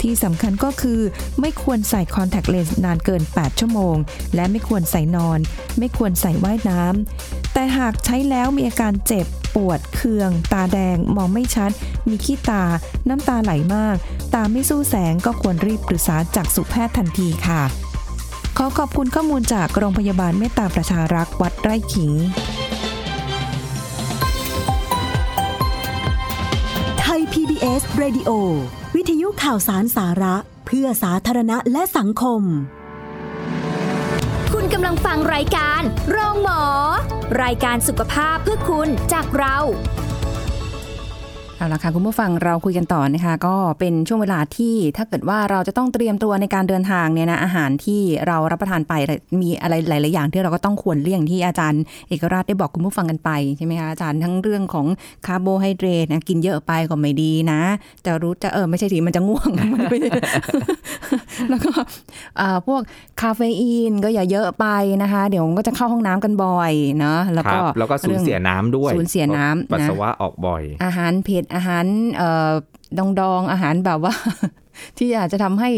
Speaker 2: ที่สำคัญก็คือไม่ควรใส่คอนแทคเลนส์นานเกิน 8 ชั่วโมง และไม่ควรใส่นอน ไม่ควรใส่ว่ายน้ำ แต่หากใช้แล้วมีอาการเจ็บ ปวด เคือง ตาแดง มองไม่ชัด มีขี้ตา น้ำตาไหลมาก ตาไม่สู้แสงก็ควรรีบปรึกษาจากสุแพทย์ทันทีค่ะ ขอขอบคุณข้อมูลจากโรงพยาบาลเมตตาประชารักษ์วัดไร่ขิง
Speaker 4: ไทย PBS Radio วิทยุข่าวสารสาระ เพื่อสาธารณะและสังคม
Speaker 1: คุณกำลังฟังรายการโรงหมอ รายการสุขภาพเพื่อคุณจากเรา
Speaker 2: เอาละค่ะคุณผู้ฟังเราคุยกันต่อนะคะ ก็เป็นช่วงเวลาที่ถ้าเกิดว่าเราจะต้องเตรียมตัวในการเดินทางเนี่ยนะอาหารที่เรารับประทานไปมีอะไรหลาย ๆ อย่างที่เราก็ต้องควรเลี่ยงที่อาจารย์เอกราชได้บอกคุณผู้ฟังกันไปใช่ไหมคะอาจารย์ทั้งเรื่องของคาร์โบไฮเดรตนะกินเยอะไปก็ไม่ดีนะ จะรู้จะเออไม่ใช่สิมันจะง่วง มันไม่ได้ แล้วก็เอ่อพวกคาเฟอีนก็อย่าเยอะไปนะคะ เดี๋ยวมันก็จะเข้าห้องน้ำกันบ่อยเนาะแล้ว
Speaker 3: ครั
Speaker 2: ก็
Speaker 3: บแล้วก็สูญ
Speaker 2: รื่อง
Speaker 3: เสียน้ำด้วย
Speaker 2: สูญเสียน้ำนะ
Speaker 3: ปัสสาวะออกบ่อย
Speaker 2: อาหารเผ็ด อาหารเอ่อดองดองๆอาหารแบบว่า ที่อาจจะทำให้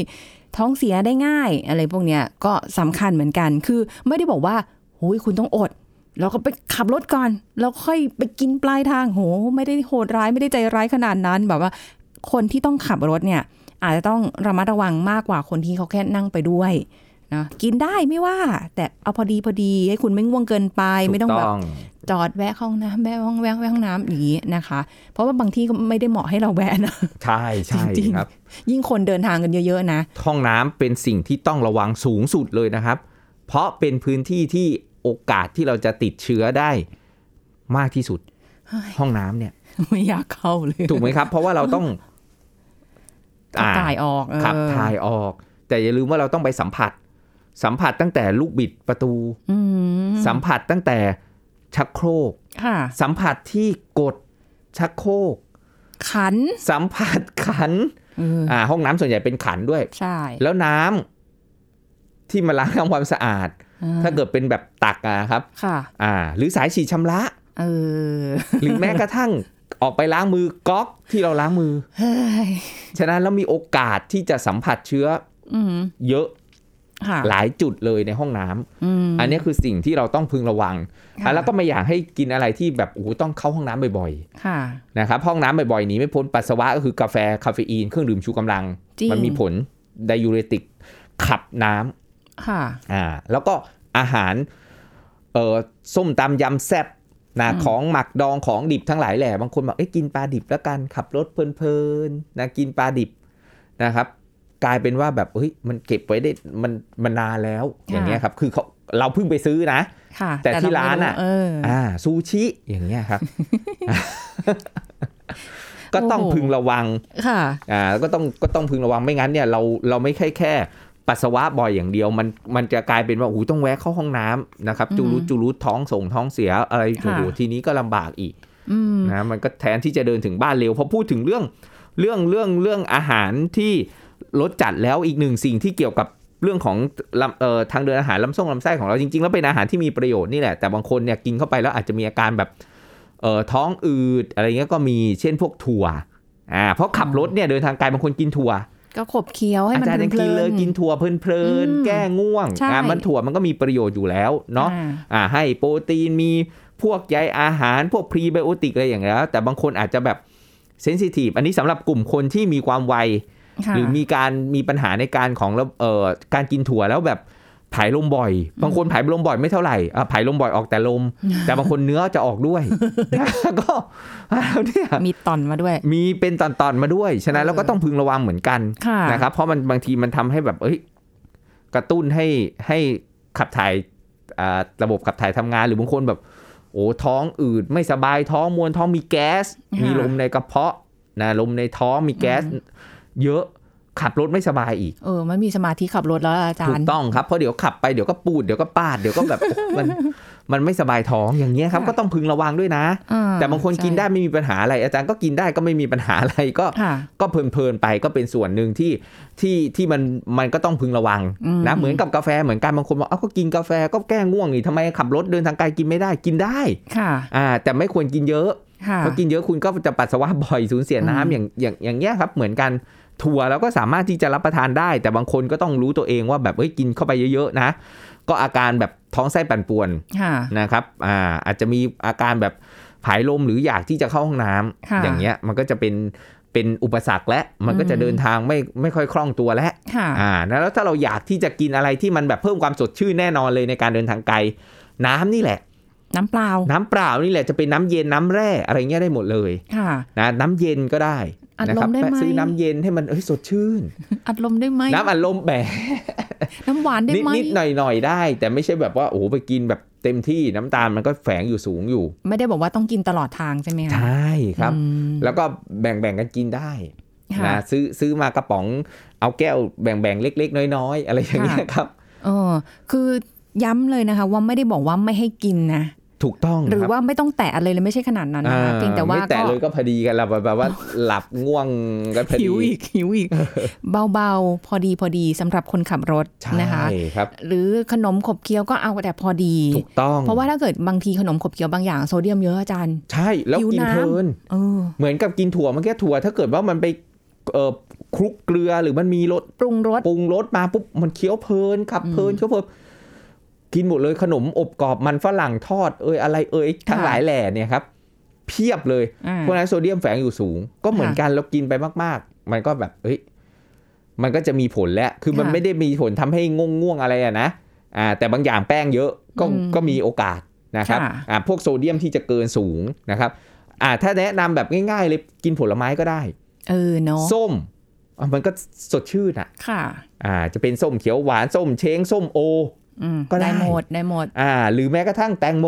Speaker 2: ท้องเสียได้ง่าย อะไรพวกเนี้ยก็สำคัญเหมือนกัน คือไม่ได้บอกว่าโอ้ยคุณต้องอด แล้วก็ไปขับรถก่อน แล้วค่อยไปกินปลายทางโห ไม่ได้โหดร้ายไม่ได้ใจร้ายขนาดนั้นแบบว่า คนที่ต้องขับรถเนี่ย อาจจะต้องระมัดระวังมากกว่าคนที่เขาแค่นั่งไปด้วยนะกินได้ไม่ว่า แต่เอาพอดีพอดีให้คุณไม่ง่วงเกินไปไม่ต้องแบบ จอดแวะเข้าห้องน้ำแวะห้องแวะแวะห้องน้ำอย่างนี้นะคะ เพราะว่าบางที่ก็ไม่ได้เหมาะให้เราแวะ นะ
Speaker 3: ใช่ใช่
Speaker 2: จริงๆ
Speaker 3: ครับ
Speaker 2: ยิ่งคนเดินทางกันเยอะๆนะ
Speaker 3: ห้องน้ำเป็นสิ่งที่ต้องระวังสูงสุดเลยนะครับ เพราะเป็นพื้นที่ที่โอกาสที่เราจะติดเชื้อได้มากที่สุด
Speaker 2: เฮ้ย
Speaker 3: ห้องน้ำเนี่ย
Speaker 2: ไม่อยากเข้าเลย
Speaker 3: ถูกไหมครับ เพราะว่าเราต้อง
Speaker 2: ขับถ่ายออกเออ
Speaker 3: ขับถ่ายออก แต่อย่าลืมว่าเราต้องไปสัมผัส สัมผัสตั้งแต่ลูกบิดประตู
Speaker 2: อืม
Speaker 3: สัมผัสตั้งแต่ชักโครก
Speaker 2: ค่ะ
Speaker 3: สัมผัสที่กดชักโครก
Speaker 2: ขัน
Speaker 3: สัมผัสขัน
Speaker 2: เออ
Speaker 3: อ่าห้องน้ำส่วนใหญ่เป็นขันด้วย
Speaker 2: ใช่
Speaker 3: แล้วน้ำที่มาล้างทำความสะอาด
Speaker 2: ออ
Speaker 3: ถ้าเกิดเป็นแบบตักอะครับ
Speaker 2: ค่ะ
Speaker 3: อ่า หรือสายฉีดชำระ
Speaker 2: เออ
Speaker 3: หรือแม้กระทั่ง ออกไปล้างมือก๊อกที่เราล้างมือ
Speaker 2: เฮ้ย
Speaker 3: ฉะนั้นแล้วมีโอกาสที่จะสัมผัสเชื้อ
Speaker 2: อืม
Speaker 3: เยอะ
Speaker 2: ค่ะ
Speaker 3: หลายจุดเลยในห้องน้ำ
Speaker 2: อืม
Speaker 3: อันนี้คือสิ่งที่เราต้องพึงระวัง
Speaker 2: ค่ะ
Speaker 3: อ่ะแล้วก็ไม่อยากให้กินอะไรที่แบบโอ้โหต้องเข้าห้องน้ำบ่อย
Speaker 2: ค่ะ
Speaker 3: ๆนะครับห้องน้ำบ่อยๆหนีไม่พ้นปัสสาวะก็คือกาแฟคาเฟอีนเครื่องดื่มชูกำลัง
Speaker 2: จริง
Speaker 3: มัมีผลไดยูเรติกขับน้ำ
Speaker 2: ค่ะ
Speaker 3: อ่าแล้วก็อาหารเอ่อส้มตำยำแซ่บนะของหมักดองของดิบทั้งหลายแหละบางคนบอกเอ้ยกินปลาดิบแล้วกันขับรถเพลินๆนะกินปลาดิบนะครับ กลายเป็นว่าแบบเฮ้ยมันเก็บไว้ได้มันมันนานแล้ว
Speaker 2: ค่ะ
Speaker 3: อย่างเงี้ยครับคือเขาเราเพิ่งไปซื้อนะ
Speaker 2: ค่ะ
Speaker 3: แต่ที่ร้านอะ
Speaker 2: เเออ
Speaker 3: อ่าซูชิอย่างเงี้ย ครับ ก็ต้อง
Speaker 2: โอ้โห
Speaker 3: พึงระวัง
Speaker 2: ค่ะ
Speaker 3: อ่าก็ต้องก็ต้องพึงระวังไม่งั้นเนี่ยเราเราไม่แค่แค่ ปัสสาวะบ่อยอย่างเดียวมันมันจะกลายเป็นว่าโอ้โหต้องแวะเข้าห้องน้ำนะครับจูรุ
Speaker 2: อืม
Speaker 3: จูรุท้องส่งท้องเสียอะไร
Speaker 2: ค่ะ
Speaker 3: โอ้โหทีนี้ก็ลำบากอีก
Speaker 2: อืม
Speaker 3: นะมันก็แทนที่จะเดินถึงบ้านเร็วพอพูดถึงเรื่องเรื่องเรื่องเรื่องอาหารที่ลดจัดแล้วอีกหนึ่งสิ่งที่เกี่ยวกับเรื่องของลำเอ่อทางเดินอาหารลำส่งลำไส้ของเราจริงๆ แล้วเป็นอาหารที่มีประโยชน์นี่แหละแต่บางคนเนี่ยกินเข้าไปแล้วอาจจะมีอาการแบบเอ่อท้องอืดอะไรเงี้ยก็มีเช่นพวกถั่วอ่าเพราะขับรถเนี่ยเดินทางไกลบางคนกินถั่ว
Speaker 2: ก็ขบเคี้ยวให้
Speaker 3: อา
Speaker 2: มัน
Speaker 3: จารย์ยัง
Speaker 2: เพ
Speaker 3: กิ
Speaker 2: ลิ
Speaker 3: น
Speaker 2: น
Speaker 3: เลยกินถั่วเพลิน
Speaker 2: อืม
Speaker 3: ๆแก้ง่วง
Speaker 2: ใช่
Speaker 3: อ่ะมันถั่วมันก็มีประโยชน์อยู่แล้วเนาะ
Speaker 2: อ่
Speaker 3: อ่าให้โปรตีนมีพวกใยอาหารพวกพรีไบโอติกอะไรอย่างเงี้ยแต่บางคนอาจจะแบบเซนซิทีฟอันนี้สำหรับกลุ่มคนที่มีความวัย
Speaker 2: ค่ะ
Speaker 3: หรือมีการมีปัญหาในการของระเอ่อการกินถั่วแล้วแบบผายลมบ่อย บางคนผายลมบ่อยไม่เท่าไหร่อ่ะผายลมบ่อยออกแต่ลม แต่บางคนเนื้อจะออกด้วย ก็ แล้วเนี่ย
Speaker 2: มีตอนมาด้วย
Speaker 3: มีเป็นตอนๆมาด้วย ฉะนั้น
Speaker 2: เออ
Speaker 3: เราก็ต้องพึงระวังเหมือนกัน
Speaker 2: ค่ะ
Speaker 3: นะครับ เพราะมันบางทีมันทำให้แบบเอ้ยกระตุ้นให้ให้ขับถ่ายอ่าระบบขับถ่ายทำงานหรือบางคนแบบ โอ้ท้องอืดไม่สบายท้องมวนท้องมีแก๊ส มีลมในกระเพาะนะลมในท้องมีแก๊ส เยอะขับรถไม่สบายอีก
Speaker 2: เออไม่มีสมาธิขับรถแล้วล่ะอาจา
Speaker 3: ถู
Speaker 2: ร
Speaker 3: ก
Speaker 2: ย์
Speaker 3: ต้องครับเพราะเดี๋ยวขับไปเดี๋ยวก็ปูดเดี๋ยวก็ปาดเดี๋ยวก็แบบ มันมันไม่สบายท้องอย่างเงี้ยครับ
Speaker 2: ค่ะ
Speaker 3: ก็ต้องพึงระวังด้วยนะ
Speaker 2: อ่
Speaker 3: แต่บางคนกินได้ไม่มีปัญหาอะไร อาจารย์ก็กินได้ก็ไม่มีปัญหาอะไรก็
Speaker 2: ค่ะ
Speaker 3: ก็เพลินๆไปก็เป็นส่วนหนึ่งที่ที่ที่มันมันก็ต้องพึงระวัง
Speaker 2: อืม
Speaker 3: นะเหมือนกับกาแฟเหมือนกันบางคนบอกเอ้าก็กินกาแฟก็แก้ง่วงนี่ทำไมขับรถเดินทางไกลกินไม่ได้กินได้
Speaker 2: ค่ะ
Speaker 3: อ่าแต่ไม่ควรกินเยอะ
Speaker 2: ค่ะ
Speaker 3: เพราะกินเยอะคุณก็จะปัสสาวะบ่อยสูญเสียน้ำ
Speaker 2: อืม
Speaker 3: อย่างอย่างอย่างเงี้ยครับเหมือนกันถั่วเราก็สามารถที่จะรับประทานได้ แต่บางคนก็ต้องรู้ตัวเองว่าแบบเอ้ยกินเข้าไปเยอะๆนะ ก็อาการแบบท้องไส้ปั่นป่วน
Speaker 2: ค่ะ
Speaker 3: นะครับอ่าอาจจะมีอาการแบบผายลมหรืออยากที่จะเข้าห้องน้ำ
Speaker 2: ค่ะ
Speaker 3: อย่างเงี้ยมันก็จะเป็นเป็นอุปสรรคและมันก็จะ
Speaker 2: อืม
Speaker 3: เดินทางไม่ไม่ค่อยคล่องตัวและ
Speaker 2: ค่ะ
Speaker 3: อ่าแล้วถ้าเราอยากที่จะกินอะไรที่มันแบบเพิ่มความสดชื่นแน่นอนเลยในการเดินทางไกล น้ำนี่แหละ
Speaker 2: น้ำเปล่า
Speaker 3: น้ำเปล่านี่แหละจะเป็นน้ำเย็นน้ำแร่อะไรเงี้ยได้หมดเลย
Speaker 2: ค่ะ
Speaker 3: นะน้ำเย็นก็ได้
Speaker 2: อัด
Speaker 3: นะครั
Speaker 2: ลมได้ไหม
Speaker 3: แปะซื้อน้ำเย็นให้มันเอ้ยสดชื่น
Speaker 2: อัดลมได้ไหม
Speaker 3: น้ำอัดลมแบะ
Speaker 2: น้ำหวานได้
Speaker 3: นิด
Speaker 2: ไหม
Speaker 3: นิดหน่อยหน่อยๆได้ แต่ไม่ใช่แบบว่าโอ้โหไปกินแบบเต็มที่น้ำตาลมันก็แฝงอยู่สูงอยู่
Speaker 2: ไม่ได้บอกว่าต้องกินตลอดทางใช่ไหมคะ
Speaker 3: ใช่ครับ
Speaker 2: อืม
Speaker 3: แล้วก็แบ่งแบ่งๆกันกินได้
Speaker 2: ค่ะ
Speaker 3: นะซื้อซื้อมากระป๋องเอาแก้วแบ่งๆ เล็ก ๆ น้อยๆ อะไรอย่างเงี้ยครับ
Speaker 2: เออ คือย้ำเลยนะคะ ว่าไม่ได้บอกว่าไม่ให้กินนะ
Speaker 3: ถูกต้อง
Speaker 2: หรือ
Speaker 3: คบ
Speaker 2: ว่าไม่ต้องแตะอะไรเลยไม่ใช่ขนาดนั้น
Speaker 3: อ่
Speaker 2: นะเพียงแต่ว่า
Speaker 3: ไม่แต่
Speaker 2: ก็
Speaker 3: เลยก็พอดีกันแล้วแบบ ว่าหลับง่วงกันพอดี
Speaker 2: หิวอีก หิวอี ก เบาๆ พอดีพอดีสำหรับคนขับรถ
Speaker 3: ใช่
Speaker 2: นะคะ
Speaker 3: ครับ
Speaker 2: หรือขนมขบเคี้ยวก็เอาแต่พอดี
Speaker 3: ถูกต้อง
Speaker 2: เพราะว่าถ้าเกิดบางทีขนมขบเคี้ยวบางอย่างโซเดียมเยอะอาจารย์
Speaker 3: ใช่แล้ว
Speaker 2: หิว
Speaker 3: กิน
Speaker 2: น้ำ
Speaker 3: เพลิน
Speaker 2: เออ
Speaker 3: เหมือนกับกินถั่วเมื่อกี้ถั่ว ถ้าเกิดว่ามันไปเอ่อคลุกเกลือหรือมันมีรส
Speaker 2: ปรุงรส
Speaker 3: ปรุงรสมาปุ๊บมันเคี้ยวเพลินขับเพลินเคี้ยวเพลินกินหมดเลยขนมอบกรอบมันฝรั่งทอดเอยอะไรเอยทั้ง
Speaker 2: ค่ะ
Speaker 3: หลายแหล่เนี่ยครับ เพียบเลย
Speaker 2: อ่า
Speaker 3: พวกนั้นโซเดียมแฝงอยู่สูง ก็เหมือนกันเรากินไปมาก ๆ มันก็แบบเอ้ยมันก็จะมีผลแหละคือมัน
Speaker 2: ค่ะ
Speaker 3: ไม่ได้มีผลทำให้ง่วงง่วงๆอะไรอะนะอ่า แต่บางอย่างแป้งเยอะก็
Speaker 2: อืม
Speaker 3: ก็มีโอกาสนะครับ
Speaker 2: ค่ะ
Speaker 3: อ่าพวกโซเดียมที่จะเกินสูงนะครับ อ่าถ้าแนะนำแบบง่ายๆเลยกินผลไม้ก็ได้
Speaker 2: เออเนาะ
Speaker 3: ส้มอ่ะมันก็สดชื่นอ่ะ
Speaker 2: ค่ะ
Speaker 3: อ่า จะเป็นส้มเขียวหวานส้มเช้งส้มโอ
Speaker 2: อืม
Speaker 3: ก็ได้
Speaker 2: ได้หมดได้หมด
Speaker 3: อ่า หรือแม้กระทั่งแตงโม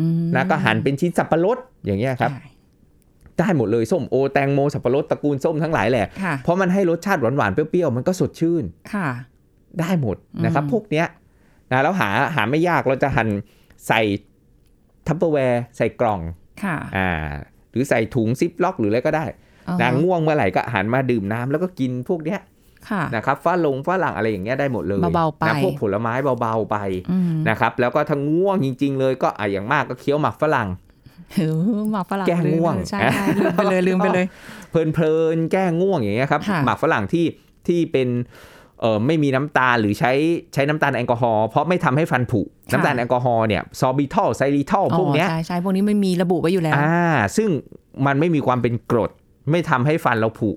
Speaker 2: อืม
Speaker 3: นะก็หั่นเป็นชิ้นสับปะรดอย่างเงี้ยครับ
Speaker 2: ใช่
Speaker 3: ได้หมดเลยส้มโอแตงโมสับปะรดตระกูลส้มทั้งหลายแหละ
Speaker 2: ค่ะ
Speaker 3: เพราะมันให้รสชาติหวานๆ เปรี้ยวๆ มันก็สดชื่น
Speaker 2: ค่ะ
Speaker 3: ได้หมดนะครับ
Speaker 2: อืม
Speaker 3: พวกเนี้ยนะแล้วหาหาไม่ยากเราจะหั่นใส่ทัพเปอร์แวร์ใส่กล่อง
Speaker 2: ค่ะ
Speaker 3: อ่าหรือใส่ถุงซิปล็อกหรืออะไรก็ได้
Speaker 2: อ่าฮะ
Speaker 3: นางง่วงเมื่อไหร่ก็หันมาดื่มน้ำแล้วก็กินพวกเนี้ย
Speaker 2: ค่ะ
Speaker 3: นะครับฝ้าลงฝ้าหลังอะไรอย่างเงี้ยได้หมดเลย
Speaker 2: เบาๆไป
Speaker 3: นะพวกผลไม้เบาๆไป
Speaker 2: อืม
Speaker 3: นะครับ แล้วก็ถ้าง่วงจริง ๆ เลยก็อ่ะอย่างมากก็เคี้ยวหมักฝรั่ง
Speaker 2: เออหมากฝรั่ง
Speaker 3: แก้ง่วง
Speaker 2: ลืมใช่ใช่ลืมไป เลยลืมไปเลย
Speaker 3: เพลินๆแก้ง่วงอย่างเงี้ยครับ
Speaker 2: ค่ะ
Speaker 3: หมักฝรั่งที่ที่เป็นเออไม่มีน้ำตาลหรือใช้ใช้น้ำตาลแอลกอฮอล์เพราะไม่ทำให้ฟันผุน้ำตาลแอลกอฮอล์เนี่ยซอบิทอลไซริทอลพวกเนี้ย
Speaker 2: อ๋อใช่ใช่พวกนี้ไม่มีระบุไว้อยู่แล้ว
Speaker 3: อ่าซึ่งมันไม่มีความเป็นกรด ไม่ทำให้ฟันเราผุ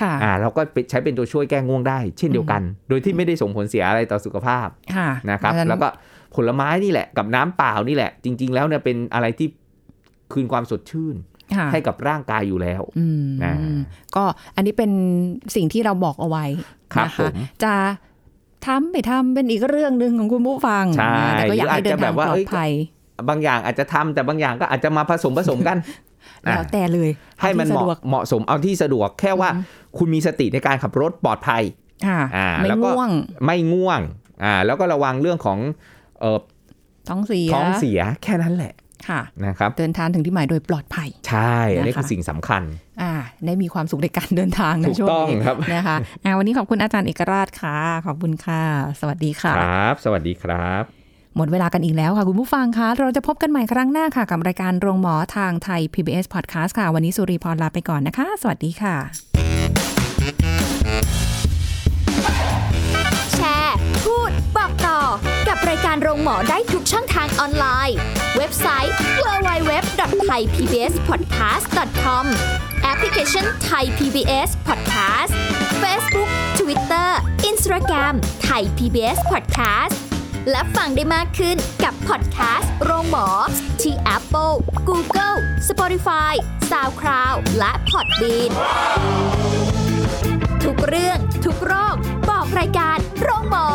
Speaker 2: ค่ะ
Speaker 3: อ่าเราก็ไปใช้เป็นตัวช่วยแก้ง่วงได้ เช่นเดียวกัน โดยที่ไม่ได้ส่งผลเสียอะไรต่อสุขภาพ
Speaker 2: ค่ะ
Speaker 3: นะครับ
Speaker 2: ดัง
Speaker 3: แล้วก็ผลไม้นี่แหละกับน้ำเปล่านี่แหละ จริง ๆ แล้วเนี่ยเป็นอะไรที่คืนความสดชื่น
Speaker 2: ค่ะ
Speaker 3: ให้กับร่างกายอยู่แล้ว
Speaker 2: อืม
Speaker 3: อ่า
Speaker 2: ก็อันนี้เป็นสิ่งที่เราบอกเอาไว้
Speaker 3: ครับ
Speaker 2: นะ
Speaker 3: ผ
Speaker 2: คะ
Speaker 3: ม
Speaker 2: จะทำไม่ทำเป็นอีกเรื่องหนึ่งของคุณผู้ฟัง
Speaker 3: ใช่
Speaker 2: นะแต่ก็อยากให้เดินทาง
Speaker 3: หรืออาจจะแบบว่า
Speaker 2: ปลอ
Speaker 3: เอ้
Speaker 2: ด
Speaker 3: ย
Speaker 2: ภัย
Speaker 3: บางอย่างอาจจะทำแต่บางอย่างก็อาจจะมาผสมผสมกัน
Speaker 2: แล้ว
Speaker 3: อ่ะ
Speaker 2: แต่เลย
Speaker 3: ให้มันเห
Speaker 2: ที่สะดวก
Speaker 3: มาะเหมาะสมเอาที่สะดวกแค่ว่าคุณมีสติในการขับรถปลอดภัย
Speaker 2: ค่ะ
Speaker 3: อ่า
Speaker 2: ไม่
Speaker 3: แล้วก็
Speaker 2: ง่วง
Speaker 3: ไม่ง่วงอ่าแล้วก็ระวังเรื่องของเอ่อ
Speaker 2: ท้องเสีย
Speaker 3: ท้องเสียแค่นั้นแหละ
Speaker 2: ค่ะ
Speaker 3: นะครับ
Speaker 2: เดินทางถึงที่หมายโดยปลอดภัย
Speaker 3: ใช่อันนี้
Speaker 2: นะคะ
Speaker 3: คือสิ่งสำคัญ
Speaker 2: อ่า ได้มีความสุขในการเดินทางใน
Speaker 3: ถูก
Speaker 2: ช่วง
Speaker 3: ต้อง
Speaker 2: นี้
Speaker 3: ครับ
Speaker 2: นะคะอ่าวันนี้ขอบคุณอาจารย์เอกราชค่ะ ขอบคุณค่ะ สวัสดีค่ะ
Speaker 3: ครับ สวัสดีครับ
Speaker 2: หมดเวลากันอีกแล้วค่ะคุณผู้ฟังคะเราจะพบกันใหม่ครั้งหน้าค่ะ กับรายการโรงหมอทางไทย PBS Podcast ค่ะ วันนี้สุริพรลาไปก่อนนะคะ สวัสดีค่ะ
Speaker 1: แชร์ พูด บอกต่อ กับรายการโรงหมอได้ทุกช่องทางออนไลน์ เว็บไซต์ www.thaipbspodcast.com แอปพลิเคชัน Thai PBS Podcast Facebook Twitter Instagram Thai PBS Podcast และฟังได้มากขึ้นกับพอดแคสต์โรงหมอ ที่ Apple, Google, Spotify, SoundCloud และ Podbean ทุกเรื่องทุกโรค บอกรายการโรงหมอ